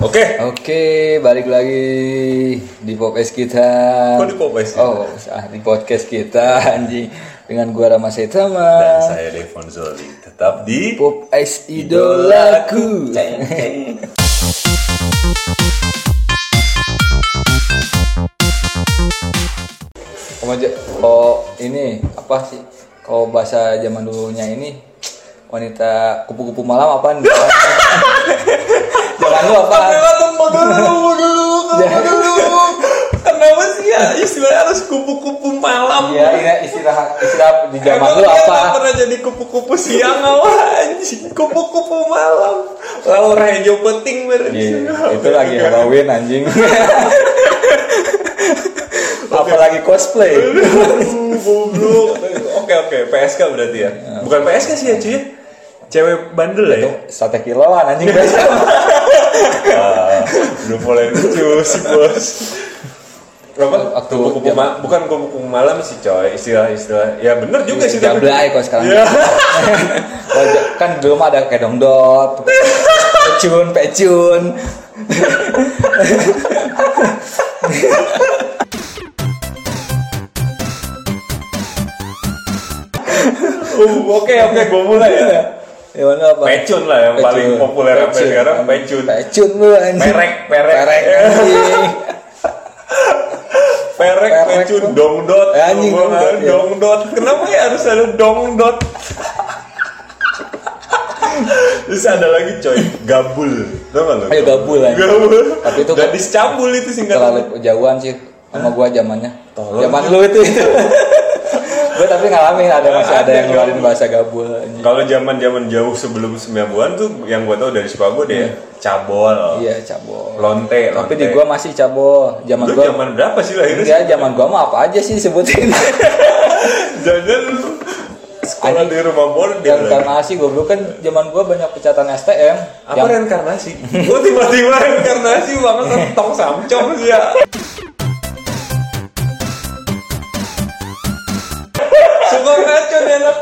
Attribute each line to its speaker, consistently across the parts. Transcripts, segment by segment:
Speaker 1: Oke.
Speaker 2: Oke, balik lagi di podcast kita.
Speaker 1: Kok di podcast kita?
Speaker 2: Oh, ah, di podcast kita anjing. Dengan gua Rama
Speaker 1: Dan
Speaker 2: Saitama.
Speaker 1: saya Devon Zoli tetap di
Speaker 2: Pop Ice idolaku.
Speaker 1: Ceng, ceng.
Speaker 2: Kamu aja- Oh, ini apa sih? Kalau bahasa zaman dulunya ini wanita kupu-kupu malam apaan? Jangan lu apa?
Speaker 1: Kenapa tuh mau dulu, mau dulu, mau
Speaker 2: Jangan.
Speaker 1: dulu. Kenapa sih ya istilahnya harus kupu-kupu malam?
Speaker 2: Ya, ini istirahat istirahat di zaman
Speaker 1: Emang
Speaker 2: lu
Speaker 1: dia
Speaker 2: apa?
Speaker 1: nggak pernah jadi kupu-kupu siang awal anjing kupu-kupu malam lalu hijau penting berarti
Speaker 2: Iya, itu lagi Halloween anjing. Apalagi cosplay.
Speaker 1: Aduh, goblok. Oke oke, PSK berarti ya.
Speaker 2: Iya.
Speaker 1: Bukan PSK sih ya, cuy. Cewek bandel lah ya.
Speaker 2: Sate kiloan anjing
Speaker 1: Iya.
Speaker 2: biasa.
Speaker 1: Ah, Udah mulai lucu sih, Bos. Apa?
Speaker 2: Waktu
Speaker 1: Kupu-kupu
Speaker 2: jam-
Speaker 1: ma- bukan kupu-kupu malam sih, coy. Istilah-istilah. Ya bener juga sih tapi.
Speaker 2: Jablay kok sekarang.
Speaker 1: Iya.
Speaker 2: Kalau ja- kan dulu mah ada kayak dongdot, pecun, pecun.
Speaker 1: Uh, Oke oke, gua mulai ya.
Speaker 2: Ya mana apa?
Speaker 1: Pecun lah yang paling populer sampai sekarang, pecun.
Speaker 2: Pecun lu anjing.
Speaker 1: Perek, perek.
Speaker 2: Perek anjing.
Speaker 1: Perek,
Speaker 2: Perek
Speaker 1: pecun,
Speaker 2: tuh.
Speaker 1: dongdot.
Speaker 2: Eh, anjing,
Speaker 1: Gua
Speaker 2: dongdot,
Speaker 1: nggak-
Speaker 2: ya.
Speaker 1: dongdot. Kenapa ya harus ada dongdot? Terus ada lagi coy, gabul. Tau gak lo?
Speaker 2: Ayo gabul anjing.
Speaker 1: Gabul.
Speaker 2: Tapi itu
Speaker 1: gadis cabul itu singkatan.
Speaker 2: terlalu jauhan sih sama gua zamannya.
Speaker 1: Tolol.
Speaker 2: Zaman lu itu. gua tapi ngalamin ada masih ada
Speaker 1: Ada
Speaker 2: yang ngeluarin
Speaker 1: gabul.
Speaker 2: bahasa gabul anjing.
Speaker 1: Kalau zaman-zaman jauh sebelum 90-an tuh yang gua tau dari sekolah gua deh ya, cabol,
Speaker 2: Hmm. Iya, cabol.
Speaker 1: lonte,
Speaker 2: Tapi
Speaker 1: lonte.
Speaker 2: di gua masih cabol. Zaman
Speaker 1: lu
Speaker 2: gua
Speaker 1: zaman berapa sih lahirnya?
Speaker 2: Enggak, zaman gua mah apa aja sih sebutin.
Speaker 1: Jangan lu sekolah di rumah bordel. lagi.
Speaker 2: Reinkarnasi goblok kan zaman gua banyak pecatan STM.
Speaker 1: Apa ya?
Speaker 2: yang
Speaker 1: reinkarnasi? Gua tiba-tiba reinkarnasi banget tong samcong sih ya. Suka racun ya anak.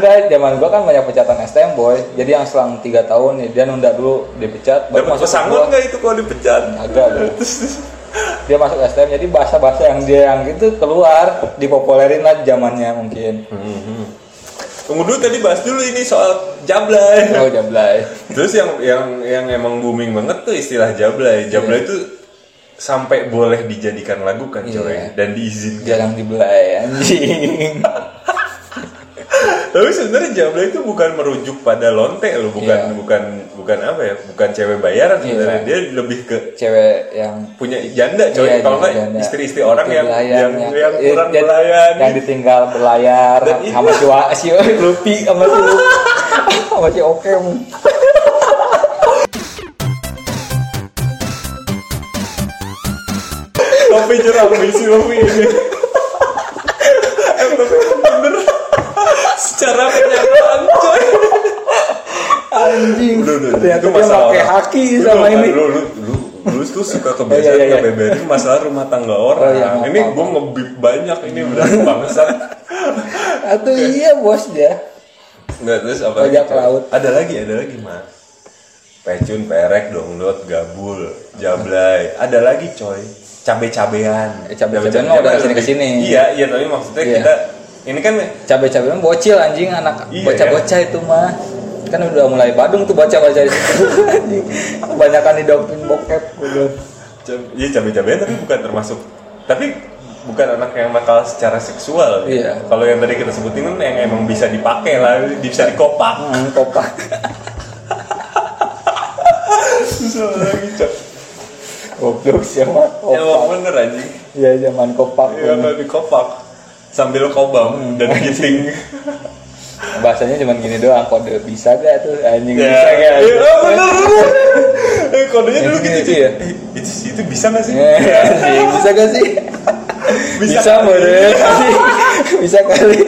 Speaker 2: enggak zaman gua kan banyak pecatan STM boy. Jadi yang selang 3 tahun ya dia nunda dulu dipecat
Speaker 1: Dapat pesangon
Speaker 2: ke gua.
Speaker 1: nggak itu kalau dipecat?
Speaker 2: Agak, Bro. Dia masuk STM jadi bahasa-bahasa yang dia yang itu keluar dipopulerin lah zamannya mungkin.
Speaker 1: Tunggu dulu tadi bahas dulu ini soal jablay.
Speaker 2: Oh jablay.
Speaker 1: Terus yang yang yang emang booming banget tuh istilah jablay. Jablay itu sampai boleh dijadikan lagu kan coy
Speaker 2: Iya.
Speaker 1: dan diizinkan.
Speaker 2: Jarang dibelai anjing.
Speaker 1: Tapi sebenarnya jablay itu bukan merujuk pada lonte loh, bukan
Speaker 2: Iya.
Speaker 1: bukan bukan apa ya? Bukan cewek bayaran sebenarnya.
Speaker 2: Iya.
Speaker 1: Dia lebih ke
Speaker 2: Cewek yang
Speaker 1: punya janda coy.
Speaker 2: Iya,
Speaker 1: Kalau nggak
Speaker 2: janda-janda.
Speaker 1: istri-istri orang
Speaker 2: Istri
Speaker 1: yang
Speaker 2: belayan,
Speaker 1: yang, yang
Speaker 2: eh,
Speaker 1: kurang
Speaker 2: yang-
Speaker 1: belayan.
Speaker 2: yang ditinggal berlayar
Speaker 1: Dan iya. itu-
Speaker 2: sama si Wa- si Lupi sama si Lu- sama si um. Okem
Speaker 1: Topi jerami sih topi ini. Emang tapi bener secara kenyataan coy.
Speaker 2: anjing
Speaker 1: Lu, lu, lu,
Speaker 2: ternyata dia
Speaker 1: masalah
Speaker 2: pakai
Speaker 1: orang.
Speaker 2: haki
Speaker 1: Lu,
Speaker 2: sama
Speaker 1: lu,
Speaker 2: ini
Speaker 1: Lu lu lu lu tuh suka kebiasaan
Speaker 2: iya, iya.
Speaker 1: ngebeberin masalah rumah tangga orang.
Speaker 2: Oh, iya, maaf,
Speaker 1: ini
Speaker 2: maaf.
Speaker 1: gue ngebip banyak ini berarti bangsat.
Speaker 2: atau iya bos dia
Speaker 1: Nggak terus apa
Speaker 2: Bajak
Speaker 1: coy?
Speaker 2: laut.
Speaker 1: Ada lagi ada lagi mas. Pecun, perek, donglot, gabul, jablay. Ada lagi coy. Cabe-cabean.
Speaker 2: Eh, cabe-cabean mah udah kesini- kesini.
Speaker 1: Iya iya tapi maksudnya
Speaker 2: Iya.
Speaker 1: kita ini kan
Speaker 2: cabe-cabe mah bocil anjing anak
Speaker 1: Iya,
Speaker 2: bocah-bocah itu mah kan udah mulai badung tuh bocah-bocah itu anjing kebanyakan didoktrin bokep udah
Speaker 1: Cam- Iya cabai-cabai tapi bukan termasuk tapi bukan anak yang nakal secara seksual.
Speaker 2: Iya.
Speaker 1: Kalau yang tadi kita sebutin kan yang emang bisa dipakai lah, bisa dikopak.
Speaker 2: Hmm, kopak
Speaker 1: Susah lagi cok.
Speaker 2: goblok siapa
Speaker 1: Emang
Speaker 2: kopak
Speaker 1: bener anjing.
Speaker 2: ya zaman kopak Oh.
Speaker 1: Iya
Speaker 2: bener.
Speaker 1: kalau dikopak sambil kobam dan giting.
Speaker 2: bahasanya cuma gini doang kode bisa gak tuh anjing
Speaker 1: Ya,
Speaker 2: bisa gitu. gak
Speaker 1: Iya bener. Eh, Kodenya dulu gitu
Speaker 2: Yang gini
Speaker 1: Cok.
Speaker 2: itu ya?
Speaker 1: Eh, Itu itu bisa nggak sih?
Speaker 2: Eh, anjing, bisa gak sih
Speaker 1: Bisa
Speaker 2: bisa
Speaker 1: kali.
Speaker 2: mode bisa kali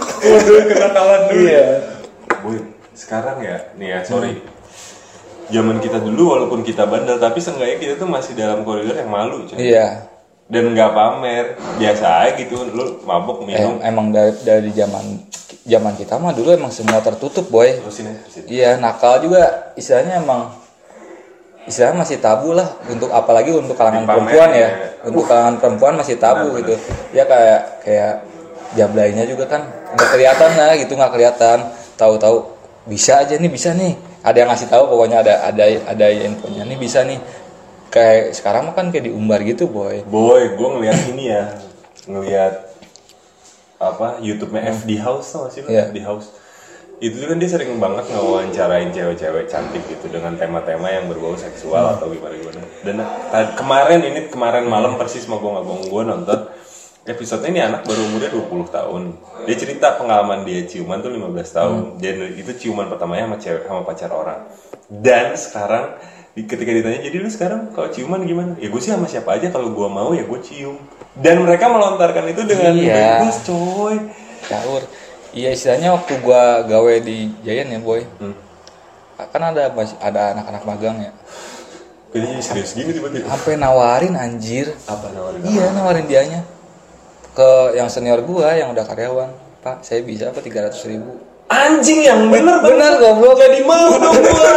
Speaker 1: Kode kenakalan dulu.
Speaker 2: iya
Speaker 1: Boy, sekarang ya, nih ya, sorry. Zaman kita dulu walaupun kita bandel, tapi seenggaknya kita tuh masih dalam koridor yang malu, coy.
Speaker 2: iya
Speaker 1: Dan nggak pamer, biasa aja gitu, lu mabok,
Speaker 2: Em-
Speaker 1: minum.
Speaker 2: emang dari, dari zaman zaman kita mah dulu emang semua tertutup boy
Speaker 1: terusin ya terusin
Speaker 2: Iya nakal juga istilahnya emang istilahnya masih tabu lah untuk apalagi untuk kalangan
Speaker 1: Dipamerin
Speaker 2: perempuan ya
Speaker 1: ya.
Speaker 2: untuk kalangan perempuan masih tabu
Speaker 1: Benar,
Speaker 2: gitu ya kayak kayak jablainya juga kan nggak kelihatan lah gitu nggak kelihatan tahu-tahu bisa aja nih bisa nih ada yang ngasih tahu pokoknya ada ada ada infonya nih bisa nih kayak sekarang mah kan kayak diumbar gitu boy
Speaker 1: boy gue ngeliat ini ya ngeliat apa YouTube-nya FD House tau gak sih lo?
Speaker 2: Iya.
Speaker 1: FD House itu tuh kan dia sering banget ngewawancarain cewek-cewek cantik gitu dengan tema-tema yang berbau seksual atau gimana gimana dan ta- kemarin ini kemarin malam persis mau gue nggak bohong gue nonton episode ini anak baru umurnya 20 tahun dia cerita pengalaman dia ciuman tuh 15 tahun dan itu ciuman pertamanya sama cewek sama pacar orang dan sekarang di- ketika ditanya jadi lu sekarang kalau ciuman gimana ya gue sih sama siapa aja kalau gue mau ya gue cium dan mereka melontarkan itu dengan
Speaker 2: Iya.
Speaker 1: bebas coy
Speaker 2: Sahur. Iya istilahnya waktu gua gawe di Giant ya boy.
Speaker 1: Hmm.
Speaker 2: Kan ada mas- ada anak-anak magang ya.
Speaker 1: Gue jadi serius gini tiba-tiba.
Speaker 2: Sampai nawarin anjir.
Speaker 1: Apa nawarin?
Speaker 2: Iya nawarin dianya ke yang senior gua yang udah karyawan. Pak, saya bisa apa 300 ribu?
Speaker 1: Anjing yang bener
Speaker 2: Bener goblok.
Speaker 1: Jadi ya, mau dong gua.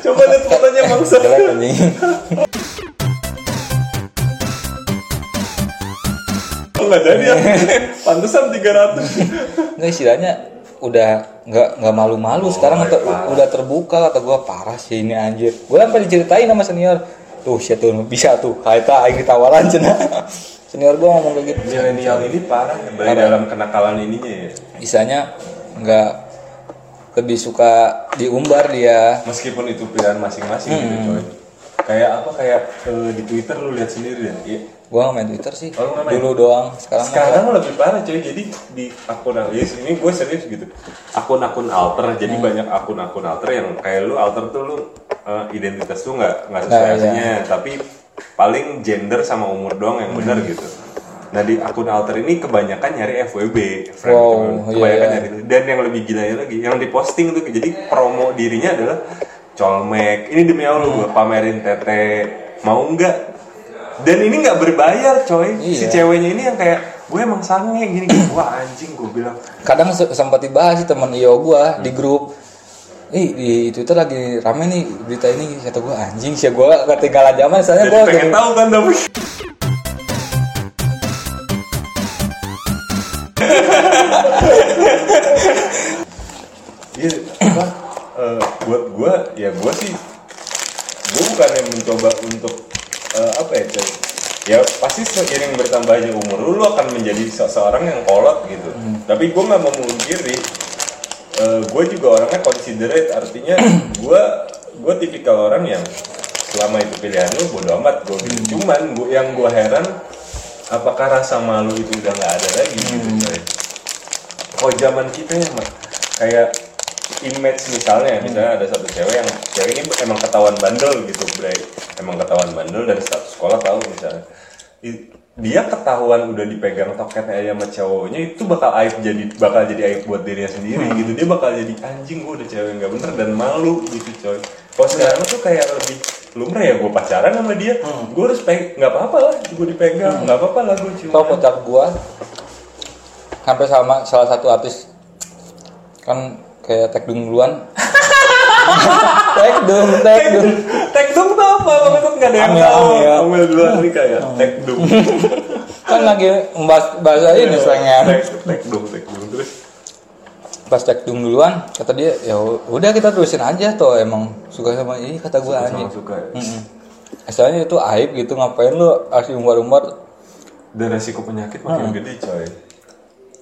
Speaker 1: Coba lihat fotonya bangsa.
Speaker 2: Jelek anjing.
Speaker 1: Enggak jadi ya. Pantesan 300.
Speaker 2: Nggak istilahnya udah nggak nggak malu-malu sekarang
Speaker 1: my
Speaker 2: ter-
Speaker 1: God.
Speaker 2: udah terbuka kata gua parah sih ini anjir. Gua sampai diceritain sama senior. Tuh, shit tuh bisa tuh. Kaita aing ditawaran cenah. Senior gua ngomong kayak gitu.
Speaker 1: Milenial ini parah ya, baik dalam kenakalan ininya ya.
Speaker 2: istilahnya nggak lebih suka diumbar dia
Speaker 1: Meskipun itu pilihan masing-masing gitu coy. Kayak apa kayak eh, di Twitter lu lihat sendiri ya. Iya.
Speaker 2: gua nggak main twitter sih
Speaker 1: Oh, lu nggak main?
Speaker 2: dulu doang sekarang
Speaker 1: sekarang lebih parah coy jadi di akun alias ini gue serius gitu akun-akun alter jadi
Speaker 2: Hmm.
Speaker 1: banyak akun-akun alter yang kayak lu alter tuh lu eh, identitas tuh nggak nggak sesuai
Speaker 2: Nah, iya.
Speaker 1: aslinya tapi paling gender sama umur doang yang benar
Speaker 2: Hmm.
Speaker 1: gitu nah di akun alter ini kebanyakan nyari FWB friend to
Speaker 2: Wow,
Speaker 1: friend.
Speaker 2: iya,
Speaker 1: kebanyakan
Speaker 2: iya.
Speaker 1: nyari itu. dan yang lebih gilanya lagi yang diposting tuh jadi promo dirinya adalah colmek ini demi allah gue pamerin tete mau nggak dan ini nggak berbayar coy si
Speaker 2: Iya.
Speaker 1: ceweknya ini yang kayak gue emang sange gini gini wah anjing gue bilang
Speaker 2: kadang se- sempat dibahas sih teman io gua di grup Ih, di Twitter lagi rame nih berita ini kata gua anjing sih gua ketinggalan zaman soalnya
Speaker 1: jadi
Speaker 2: gua
Speaker 1: pengen tahu kan tapi Iya, apa, eh, buat gue ya gue sih gue bukan yang mencoba untuk eh, apa ya coy ya pasti seiring bertambahnya umur lu, lu akan menjadi seseorang yang kolot gitu tapi gue nggak memungkiri gue Eh, juga orangnya considerate artinya gue gue tipikal orang yang selama itu pilihan lu bodo amat gue cuman gua- yang gue heran apakah rasa malu itu udah nggak ada lagi gitu coy kalau zaman kita ya Mak, kayak image misalnya misalnya ada satu cewek yang cewek ini emang ketahuan bandel gitu Bray emang ketahuan bandel dan status sekolah tahu misalnya I- dia ketahuan udah dipegang toketnya aja sama cowoknya itu bakal aib jadi bakal jadi aib buat dirinya sendiri gitu dia bakal jadi anjing gue udah cewek yang nggak bener dan malu gitu coy kalau sekarang tuh kayak lebih lumrah ya gue pacaran sama dia gue harus peg nggak apa-apa lah gue dipegang nggak apa-apa lah gue cium
Speaker 2: tau kocak gua sampai sama salah satu artis kan kayak tag dong duluan tag dong tag dong
Speaker 1: Tekdum tuh apa? Maksud nggak ada yang
Speaker 2: Amel, Oh.
Speaker 1: tahu. Oh,
Speaker 2: Amel.
Speaker 1: Amel dulu nih kayak tekdum.
Speaker 2: kan lagi membahas bahasa
Speaker 1: Iya,
Speaker 2: ini slangan
Speaker 1: Tek- Tekdum, tekdum terus.
Speaker 2: pas cek dong duluan kata dia ya udah kita terusin aja tuh emang suka sama ini kata gue anjing
Speaker 1: suka. ya.
Speaker 2: Mm-mm. asalnya itu aib gitu ngapain lu harus umbar-umbar
Speaker 1: Dan resiko penyakit makin gede coy.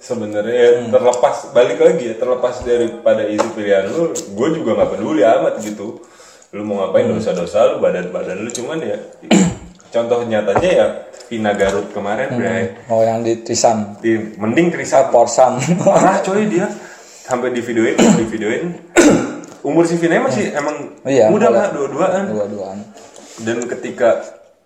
Speaker 1: Sebenarnya ya,
Speaker 2: Mm.
Speaker 1: terlepas balik lagi ya terlepas daripada isu pilihan lu, gue juga nggak peduli amat gitu. Lu mau ngapain
Speaker 2: Mm.
Speaker 1: dosa-dosa lu badan-badan lu cuman ya contoh nyatanya ya Vina Garut kemarin Bray.
Speaker 2: Eh, mau yang di trisam
Speaker 1: Di- Mending Krisa
Speaker 2: eh, porsam
Speaker 1: parah coy dia sampai di videoin di videoin umur si Vina masih emang
Speaker 2: Iya,
Speaker 1: muda
Speaker 2: muda.
Speaker 1: lah dua-duaan
Speaker 2: dua-duaan
Speaker 1: dan ketika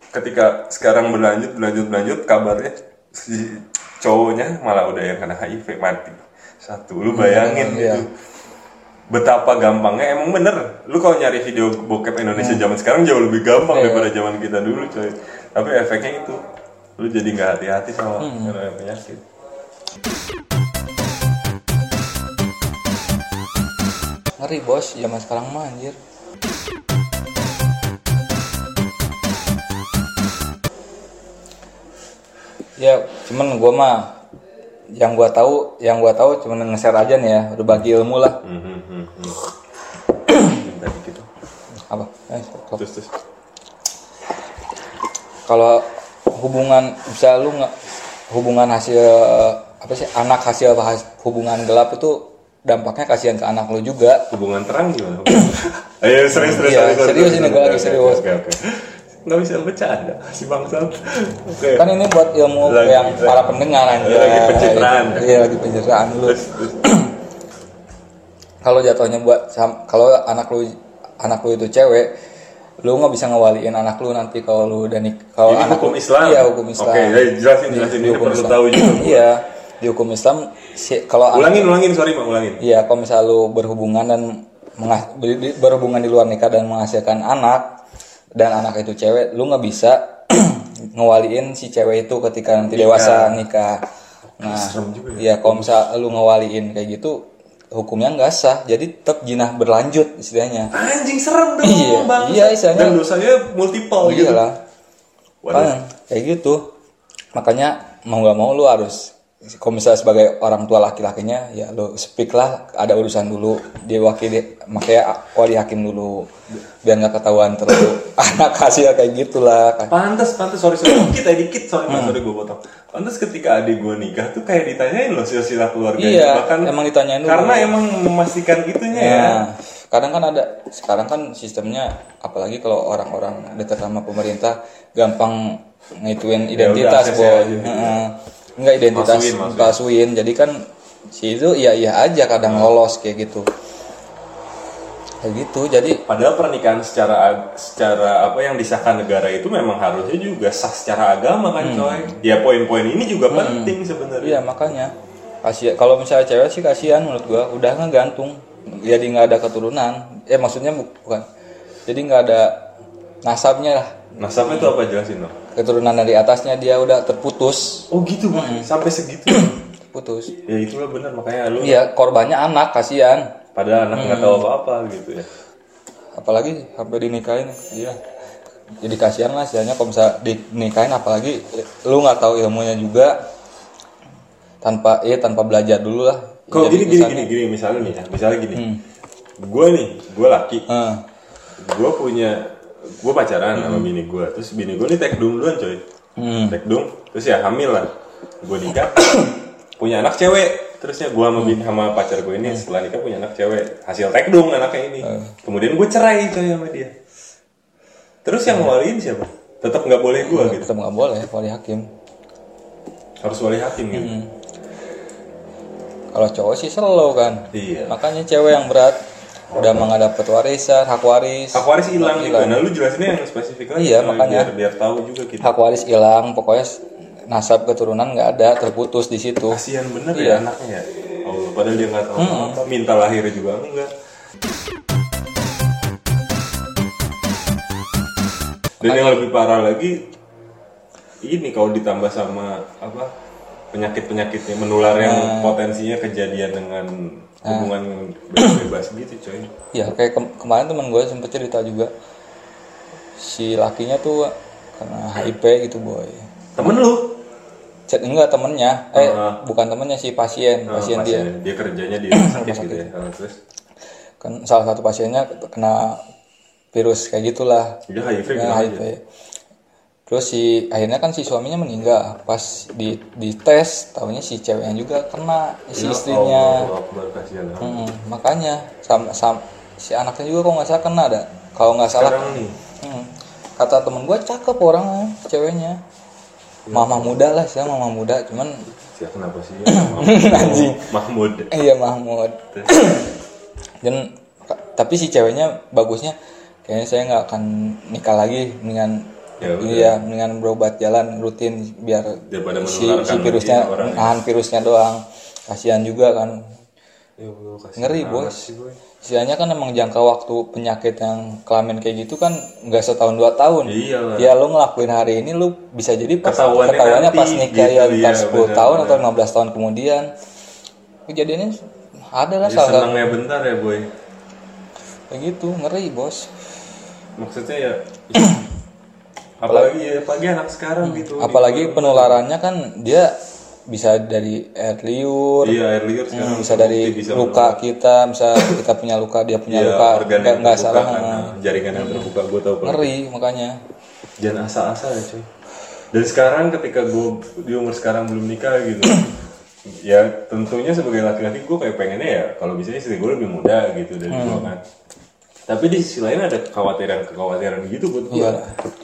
Speaker 1: ketika sekarang berlanjut berlanjut berlanjut kabarnya si cowoknya malah udah yang kena HIV mati satu lu bayangin
Speaker 2: iya.
Speaker 1: itu betapa gampangnya emang bener lu kalau nyari video bokep Indonesia zaman sekarang jauh lebih gampang
Speaker 2: Hmm. Iya.
Speaker 1: daripada zaman kita dulu coy tapi efeknya itu
Speaker 2: Hmm.
Speaker 1: lu jadi nggak hati-hati sama karena penyakit
Speaker 2: ngeri bos zaman sekarang mah anjir ya cuman gua mah yang gua tahu yang gua tahu cuman nge-share aja nih ya berbagi ilmu lah
Speaker 1: Mhm, mhm, mhm. Bentar dikit.
Speaker 2: apa eh, stop.
Speaker 1: Terus terus.
Speaker 2: kalau hubungan bisa lu nggak hubungan hasil apa sih anak hasil bahas- hubungan gelap itu dampaknya kasihan ke anak lu juga
Speaker 1: Hubungan terang gimana? Ayo serius serius.
Speaker 2: Iya,
Speaker 1: serius,
Speaker 2: serius ini gua lagi
Speaker 1: Oke,
Speaker 2: serius.
Speaker 1: Oke oke. Gak bisa bercanda si bangsat. Oke.
Speaker 2: kan ini buat ilmu
Speaker 1: Lagi-
Speaker 2: yang para pendengar anjay.
Speaker 1: Lagi pencitraan.
Speaker 2: iya lagi pencitraan lu
Speaker 1: Terus terus.
Speaker 2: kalau jatuhnya buat sam- kalau anak lu anak lu itu cewek lu nggak bisa ngewaliin anak lu nanti kalau lu udah nik kalau
Speaker 1: Ini
Speaker 2: anak
Speaker 1: hukum
Speaker 2: lu-
Speaker 1: Islam.
Speaker 2: iya hukum Islam
Speaker 1: Oke, ya, jelasin
Speaker 2: Di-
Speaker 1: jelasin
Speaker 2: di
Speaker 1: ini
Speaker 2: hukum
Speaker 1: perlu
Speaker 2: Islam.
Speaker 1: tahu juga.
Speaker 2: iya di hukum Islam si, kalau anak-
Speaker 1: Ulangin ulangin sorry mak ulangin.
Speaker 2: Iya, kalau misal lu berhubungan dan mengas- ber- di- berhubungan di luar nikah dan menghasilkan anak dan anak itu cewek, lu nggak bisa ngewaliin si cewek itu ketika nanti dewasa nikah. Nah,
Speaker 1: Serem juga ya.
Speaker 2: iya kalau misal lu ngewaliin kayak gitu hukumnya nggak sah, jadi tetap jinah berlanjut istilahnya.
Speaker 1: Anjing serem dong
Speaker 2: Iya,
Speaker 1: bang.
Speaker 2: iya, istilahnya-
Speaker 1: Dan dosanya multiple gitu.
Speaker 2: Iyalah.
Speaker 1: Waduh.
Speaker 2: Kan, Iya kayak gitu. Makanya mau nggak mau lu harus kalau misalnya sebagai orang tua laki-lakinya ya lu speak lah ada urusan dulu dia wakili makanya wali hakim dulu biar nggak ketahuan terus anak hasil kayak gitulah kan
Speaker 1: Pantes, pantes, sorry, sorry, dikit aja, dikit, sorry,
Speaker 2: Hmm.
Speaker 1: Mas, sorry, gue potong. Pantes ketika adik gue nikah tuh kayak ditanyain loh silsilah keluarganya.
Speaker 2: Iya, emang ditanyain dulu.
Speaker 1: Karena emang memastikan itunya ya.
Speaker 2: Nah, kadang kan ada sekarang kan sistemnya apalagi kalau orang-orang dekat sama pemerintah gampang ngituin
Speaker 1: aksesnya
Speaker 2: identitas boy.
Speaker 1: aja.
Speaker 2: Heeh. Enggak identitas
Speaker 1: Masuin, masuin.
Speaker 2: palsuin. Jadi kan si itu iya iya aja kadang lolos kayak gitu. Kayak gitu. Jadi
Speaker 1: Padahal pernikahan secara ag- secara apa yang disahkan negara itu memang harusnya juga sah secara agama kan coy. Ya poin-poin ini juga penting sebenarnya.
Speaker 2: iya makanya kasih kalau misalnya cewek sih kasihan menurut gua udah ngegantung jadi nggak ada keturunan eh maksudnya bu- bukan jadi nggak ada nasabnya lah
Speaker 1: Nasabnya tuh Nah, apa jelasin dong?
Speaker 2: keturunan dari atasnya dia udah terputus
Speaker 1: Oh gitu bang, sampai segitu.
Speaker 2: putus
Speaker 1: ya itulah benar makanya lu.
Speaker 2: iya korbannya anak kasihan
Speaker 1: Padahal anak nggak tahu apa-apa gitu ya.
Speaker 2: apalagi sampai dinikahin iya jadi kasihan lah istilahnya kalau misalnya dinikahin apalagi lu nggak tahu ilmunya juga tanpa ya tanpa belajar dulu lah
Speaker 1: Kalau
Speaker 2: Jadi
Speaker 1: gini gini
Speaker 2: misalnya- eh,
Speaker 1: gini gini misalnya nih, ya, misalnya gini. Gue nih, gue laki.
Speaker 2: Eh,
Speaker 1: gue punya gue pacaran sama bini gue terus bini gue ini tekdung duluan coy
Speaker 2: hmm.
Speaker 1: tekdung terus ya hamil lah gue nikah punya anak cewek terusnya gue sama bini sama pacar gue ini setelah nikah punya anak cewek hasil tekdung anaknya ini kemudian gue cerai coy sama dia terus yang ngawalin siapa tetap nggak boleh gue gitu
Speaker 2: tetap nggak boleh wali hakim
Speaker 1: harus wali hakim gitu
Speaker 2: kalau cowok sih slow kan
Speaker 1: iya
Speaker 2: makanya cewek yang berat udah mah nggak dapet warisan hak waris
Speaker 1: hak waris hilang juga nah lu jelasinnya yang spesifik lagi
Speaker 2: Iya,
Speaker 1: coy,
Speaker 2: makanya.
Speaker 1: biar biar tahu juga kita
Speaker 2: hak waris hilang pokoknya nasab keturunan nggak ada terputus di situ
Speaker 1: kasihan bener
Speaker 2: Iya.
Speaker 1: ya anaknya ya Allah padahal dia nggak tahu apa minta lahir juga enggak dan yang lebih parah lagi ini kalau ditambah sama apa penyakit penyakitnya menular yang potensinya kejadian dengan hubungan bebas gitu coy
Speaker 2: Ya kayak kem- kemarin teman gue sempet cerita juga si lakinya tuh karena HIP gitu boy.
Speaker 1: temen lu
Speaker 2: Cet enggak temennya, eh
Speaker 1: Ah.
Speaker 2: bukan temennya si pasien,
Speaker 1: Nah,
Speaker 2: pasien dia.
Speaker 1: pasien. dia kerjanya di rumah sakit gitu ya Nah, terus
Speaker 2: Kan salah satu pasiennya kena virus kayak gitulah. Nah,
Speaker 1: dia HIV
Speaker 2: Kena
Speaker 1: kenapa
Speaker 2: HIV. Terus si akhirnya kan si suaminya meninggal pas di di tes, tahunya si ceweknya juga kena si
Speaker 1: Ya
Speaker 2: istrinya.
Speaker 1: Allah, Akbar, kasihan.
Speaker 2: Mm, makanya sama, sama si anaknya juga kok nggak salah kena ada. Kalau nggak salah
Speaker 1: sekarang nih
Speaker 2: Hmm. Kata temen gue cakep orangnya, ceweknya. Mama muda lah sih, mama muda. Cuman
Speaker 1: Siapa kenapa sih? Anjing. Mahmud.
Speaker 2: eh, iya Mahmud. Dan ka- tapi si ceweknya bagusnya kayaknya saya nggak akan nikah lagi dengan
Speaker 1: Ya udah.
Speaker 2: iya dengan berobat jalan rutin biar
Speaker 1: Daripada
Speaker 2: si,
Speaker 1: menularkan
Speaker 2: si
Speaker 1: lagi
Speaker 2: virusnya
Speaker 1: orang ya.
Speaker 2: nahan virusnya doang kasihan juga kan
Speaker 1: Ya Allah, kasihan
Speaker 2: Ngeri,
Speaker 1: amat
Speaker 2: bos.
Speaker 1: sih, Boy.
Speaker 2: istilahnya kan emang jangka waktu penyakit yang kelamin kayak gitu kan nggak setahun dua tahun
Speaker 1: Iya lah.
Speaker 2: ya lo ngelakuin hari ini lo bisa jadi pas
Speaker 1: Ketahuannya
Speaker 2: ketahuannya
Speaker 1: nanti,
Speaker 2: pas nikah
Speaker 1: gitu,
Speaker 2: ya
Speaker 1: iya,
Speaker 2: entar 10
Speaker 1: benar,
Speaker 2: tahun
Speaker 1: benar.
Speaker 2: atau 15 tahun kemudian kejadiannya ada lah
Speaker 1: Jadi Iya,
Speaker 2: salah satu
Speaker 1: senangnya ya, bentar ya boy.
Speaker 2: kayak gitu ngeri bos
Speaker 1: maksudnya ya ih, apalagi ya apalagi anak sekarang gitu
Speaker 2: apalagi penularannya kan dia bisa dari air liur
Speaker 1: iya air liur sekarang
Speaker 2: Hmm, bisa dari
Speaker 1: terbukti bisa
Speaker 2: luka kita bisa kita punya luka dia punya
Speaker 1: Iya,
Speaker 2: luka
Speaker 1: organ
Speaker 2: nggak
Speaker 1: yang
Speaker 2: nggak
Speaker 1: terbuka
Speaker 2: salah
Speaker 1: karena
Speaker 2: nah.
Speaker 1: jaringan yang terbuka gue tau kalau
Speaker 2: ngeri makanya
Speaker 1: jangan asal-asal ya cuy dan sekarang ketika gue di umur sekarang belum nikah gitu ya tentunya sebagai laki-laki gue kayak pengennya ya kalau bisa istri gue lebih muda gitu dari gue kan tapi di sisi lain ada kekhawatiran kekhawatiran gitu buat gue
Speaker 2: Iya.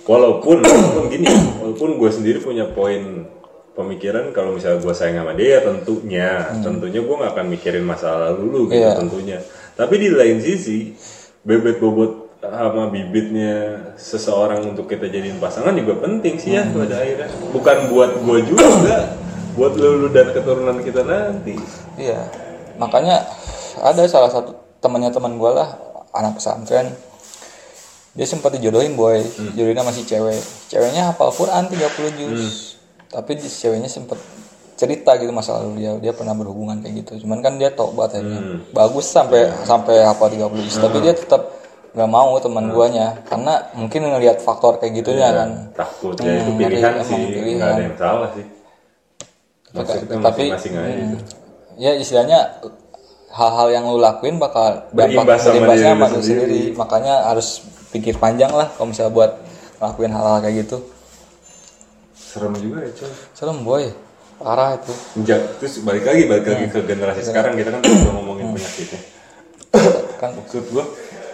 Speaker 1: walaupun walaupun gini walaupun gue sendiri punya poin pemikiran kalau misalnya gue sayang sama dia ya tentunya tentunya gue nggak akan mikirin masalah dulu gitu
Speaker 2: Hmm. Iya.
Speaker 1: tentunya tapi di lain sisi bebet bobot sama bibitnya seseorang untuk kita jadiin pasangan juga penting sih ya
Speaker 2: Hmm.
Speaker 1: pada akhirnya bukan buat gue juga buat lulu dan keturunan kita nanti
Speaker 2: Iya, makanya ada salah satu temannya teman gue lah anak pesantren dia sempat dijodohin boy, jodohin sama si cewek. Ceweknya hafal Quran 30 juz. Tapi di- ceweknya sempat cerita gitu masa lalu dia dia pernah berhubungan kayak gitu. Cuman kan dia tobat akhirnya. Bagus sampai sampai hafal 30 juz, tapi dia tetap nggak mau teman guanya karena mungkin ngelihat faktor kayak
Speaker 1: Iya.
Speaker 2: gitunya kan.
Speaker 1: takutnya ya, itu
Speaker 2: Hmm,
Speaker 1: pilihan
Speaker 2: ada-
Speaker 1: sih
Speaker 2: emang pilihan.
Speaker 1: nggak ada yang salah sih maksudnya
Speaker 2: Tapi-
Speaker 1: masing-masing aja gitu.
Speaker 2: hmm.
Speaker 1: itu
Speaker 2: ya istilahnya hal-hal yang lu lakuin bakal dampak
Speaker 1: Berimbas sama
Speaker 2: berimbasnya
Speaker 1: diri lu
Speaker 2: sama diri
Speaker 1: sendiri.
Speaker 2: sendiri. makanya harus pikir panjang lah kalau misalnya buat ngelakuin hal-hal kayak gitu
Speaker 1: serem juga ya coy
Speaker 2: serem boy parah itu
Speaker 1: Ja- terus balik lagi balik lagi
Speaker 2: Iya.
Speaker 1: ke generasi sekarang kita kan udah ngomongin penyakitnya
Speaker 2: kan
Speaker 1: maksud gua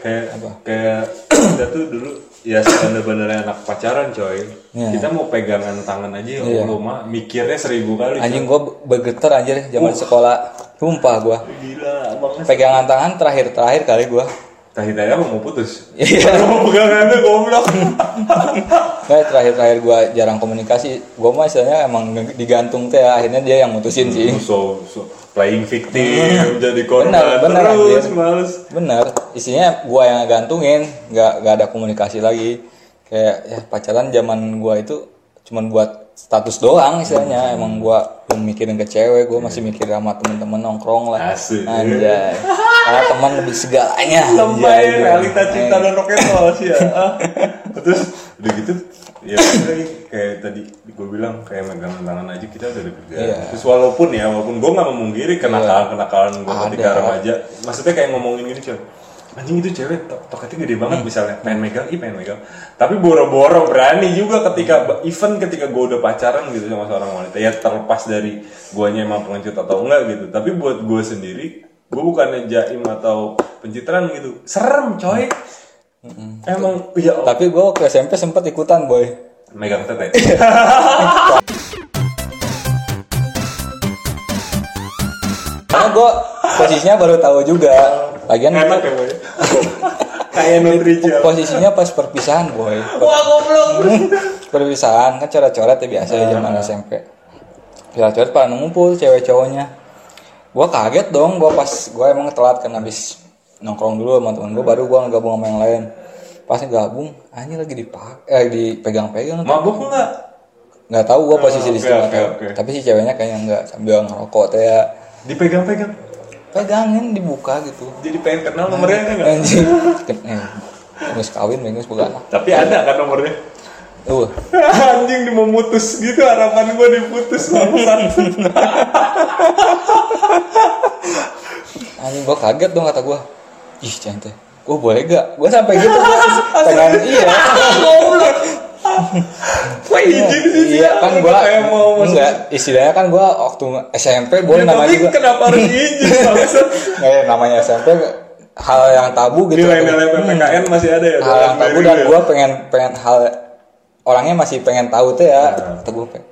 Speaker 1: kayak kayak kita tuh dulu ya sebenar-benarnya anak pacaran coy
Speaker 2: Iya.
Speaker 1: kita mau pegangan tangan aja ya Allah mah mikirnya seribu kali coy.
Speaker 2: anjing gua bergetar anjir zaman
Speaker 1: Uh.
Speaker 2: sekolah sumpah gua
Speaker 1: gila banget
Speaker 2: pegangan tangan terakhir-terakhir kali gua
Speaker 1: tahitanya mau mau putus
Speaker 2: Iya.
Speaker 1: mau pegangan tuh goblok
Speaker 2: Nah, terakhir-terakhir gua jarang komunikasi gua mah istilahnya emang nge- digantung teh ya. akhirnya dia yang mutusin
Speaker 1: Hmm.
Speaker 2: sih
Speaker 1: so, so playing victim jadi korban
Speaker 2: Iya. Benar, benar,
Speaker 1: terus
Speaker 2: anjir.
Speaker 1: males
Speaker 2: Bener, isinya gua yang gantungin, nggak nggak ada komunikasi lagi. Kayak ya pacaran zaman gua itu cuman buat status doang istilahnya. Emang gua belum mikirin ke cewek, gua masih mikir sama temen-temen nongkrong lah.
Speaker 1: Asik.
Speaker 2: Anjay. Karena teman lebih segalanya.
Speaker 1: sampai
Speaker 2: anjay.
Speaker 1: realita cinta dan rock and roll sih ya Ah. iya. terus udah gitu ya udah lagi kayak tadi gue bilang kayak megang tangan aja kita udah dikerjain
Speaker 2: Iya.
Speaker 1: terus walaupun ya walaupun gue nggak memungkiri kenakalan kenakalan gue
Speaker 2: Ada.
Speaker 1: ketika remaja maksudnya kayak ngomongin gini coy anjing itu cewek to- toketnya gede banget misalnya pengen megang ih pengen megang tapi boro-boro berani juga ketika even ketika gue udah pacaran gitu sama seorang wanita ya terlepas dari guanya emang pengecut atau enggak gitu tapi buat gue sendiri gue bukannya jaim atau pencitraan gitu serem coy emang ya Allah.
Speaker 2: Tapi gua waktu SMP sempet ikutan, boy.
Speaker 1: megang tete
Speaker 2: Karena gua posisinya baru tahu juga. Lagian
Speaker 1: enak ya boy kayak nutrijel
Speaker 2: posisinya pas perpisahan, boy.
Speaker 1: wah goblok
Speaker 2: perpisahan kan coret-coret ya biasa ya zaman
Speaker 1: Ah.
Speaker 2: SMP coret-coret pada ngumpul cewek cowoknya gua kaget dong gua pas gua emang telat kan habis nongkrong dulu sama temen gua baru gua gabung sama yang lain pas gabung anjir lagi dipak eh dipegang-pegang
Speaker 1: mabuk nggak
Speaker 2: nggak tahu gua posisi
Speaker 1: Ah, oke,
Speaker 2: di situ nggak
Speaker 1: oke,
Speaker 2: tahu.
Speaker 1: oke.
Speaker 2: tapi si ceweknya kayaknya nggak sambil ngerokok teh ya.
Speaker 1: dipegang-pegang
Speaker 2: pegangin dibuka gitu
Speaker 1: jadi pengen kenal nomornya kan nggak
Speaker 2: anjing eh, ngus kawin ngus bukan
Speaker 1: tapi ada kan nomornya
Speaker 2: uh
Speaker 1: anjing di mau mutus gitu harapan gue diputus bangsat
Speaker 2: anjing gua kaget dong kata gua ih jangan teh gua boleh gak gua sampai gitu gua pengen iya
Speaker 1: goblok Wah izin sih
Speaker 2: iya
Speaker 1: sih,
Speaker 2: kan
Speaker 1: aku
Speaker 2: gua
Speaker 1: kayak mau masuk
Speaker 2: enggak istilahnya kan gua waktu SMP boleh
Speaker 1: Ya,
Speaker 2: namanya
Speaker 1: tapi
Speaker 2: juga
Speaker 1: kenapa harus izin bangsat
Speaker 2: eh, namanya SMP hal yang tabu gitu Hmm,
Speaker 1: nilai-nilai PPKN masih ada ya
Speaker 2: hal
Speaker 1: dalam
Speaker 2: yang tabu
Speaker 1: diri
Speaker 2: dan
Speaker 1: lu ya?
Speaker 2: gua pengen pengen hal orangnya masih pengen tahu tuh ya
Speaker 1: Iya.
Speaker 2: kata gua pengen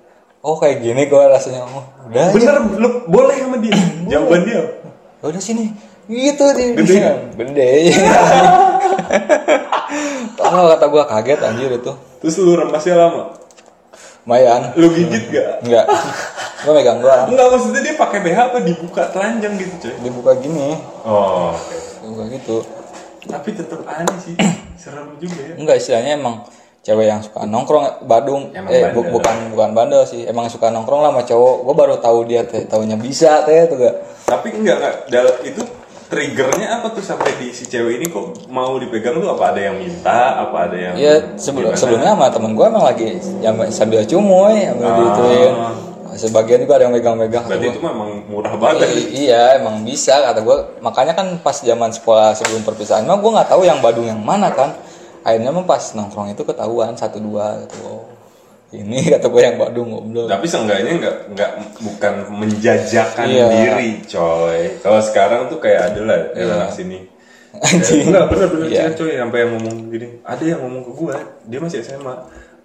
Speaker 2: oh kayak gini gua rasanya oh udah aja.
Speaker 1: bener lu boleh sama dia Iya. jawaban dia
Speaker 2: udah sini gitu sih
Speaker 1: Gede nggak?
Speaker 2: gede Tolong kata gua kaget anjir itu
Speaker 1: terus lu remasnya lama
Speaker 2: lumayan
Speaker 1: lu gigit gak
Speaker 2: enggak gua megang doang
Speaker 1: Enggak maksudnya dia pakai BH apa dibuka telanjang gitu coy
Speaker 2: dibuka gini
Speaker 1: oh
Speaker 2: dibuka gitu
Speaker 1: tapi tetap aneh sih serem juga ya
Speaker 2: enggak istilahnya emang cewek yang suka nongkrong Badung
Speaker 1: Emang
Speaker 2: eh bu-
Speaker 1: bandel.
Speaker 2: bukan bukan bandel sih emang suka nongkrong lah sama cowok gua baru tahu dia teh tahunya bisa teh tuh gak
Speaker 1: tapi enggak enggak dalam itu triggernya apa tuh sampai di si cewek ini kok mau dipegang tuh apa ada yang minta apa ada yang
Speaker 2: Ya sebelum
Speaker 1: gimana?
Speaker 2: sebelumnya sama temen gue emang lagi yang sambil cumoy, sambil
Speaker 1: Ah.
Speaker 2: diituin. Sebagian juga ada yang megang-megang.
Speaker 1: berarti
Speaker 2: Gua,
Speaker 1: itu memang murah banget
Speaker 2: "I- iya emang bisa kata gue. Makanya kan pas zaman sekolah sebelum perpisahan mah gue nggak tahu yang Badung yang mana kan. Akhirnya mah pas nongkrong itu ketahuan satu dua gitu. Oh, ini kata gue yang Badung goblok.
Speaker 1: tapi seenggaknya nggak nggak bukan menjajakan
Speaker 2: Iya.
Speaker 1: diri coy kalau sekarang tuh kayak ada lah di anak sini
Speaker 2: Anjing.
Speaker 1: Enggak bener bener
Speaker 2: Iya.
Speaker 1: cewek, coy sampai yang ngomong gini ada yang ngomong ke gue dia masih SMA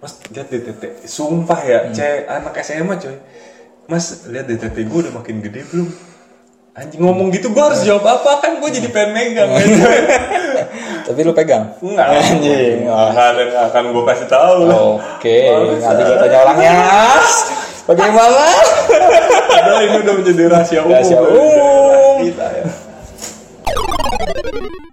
Speaker 1: mas lihat DTT sumpah ya
Speaker 2: Hmm.
Speaker 1: cewek anak SMA coy mas lihat DTT gue udah makin gede belum anjing ngomong gitu gue
Speaker 2: Hmm.
Speaker 1: harus jawab apa kan gue jadi pengen megang gitu.
Speaker 2: Tapi lu pegang.
Speaker 1: enggak
Speaker 2: Anjing. Oh.
Speaker 1: enggak ada yang akan gue kasih tahu
Speaker 2: Oke,
Speaker 1: Bagus,
Speaker 2: nanti gue tanya orangnya. Bagaimana?
Speaker 1: Padahal ini udah menjadi rahasia umum.
Speaker 2: Rahasia
Speaker 1: dari daerah
Speaker 2: umum.
Speaker 1: Kita ya.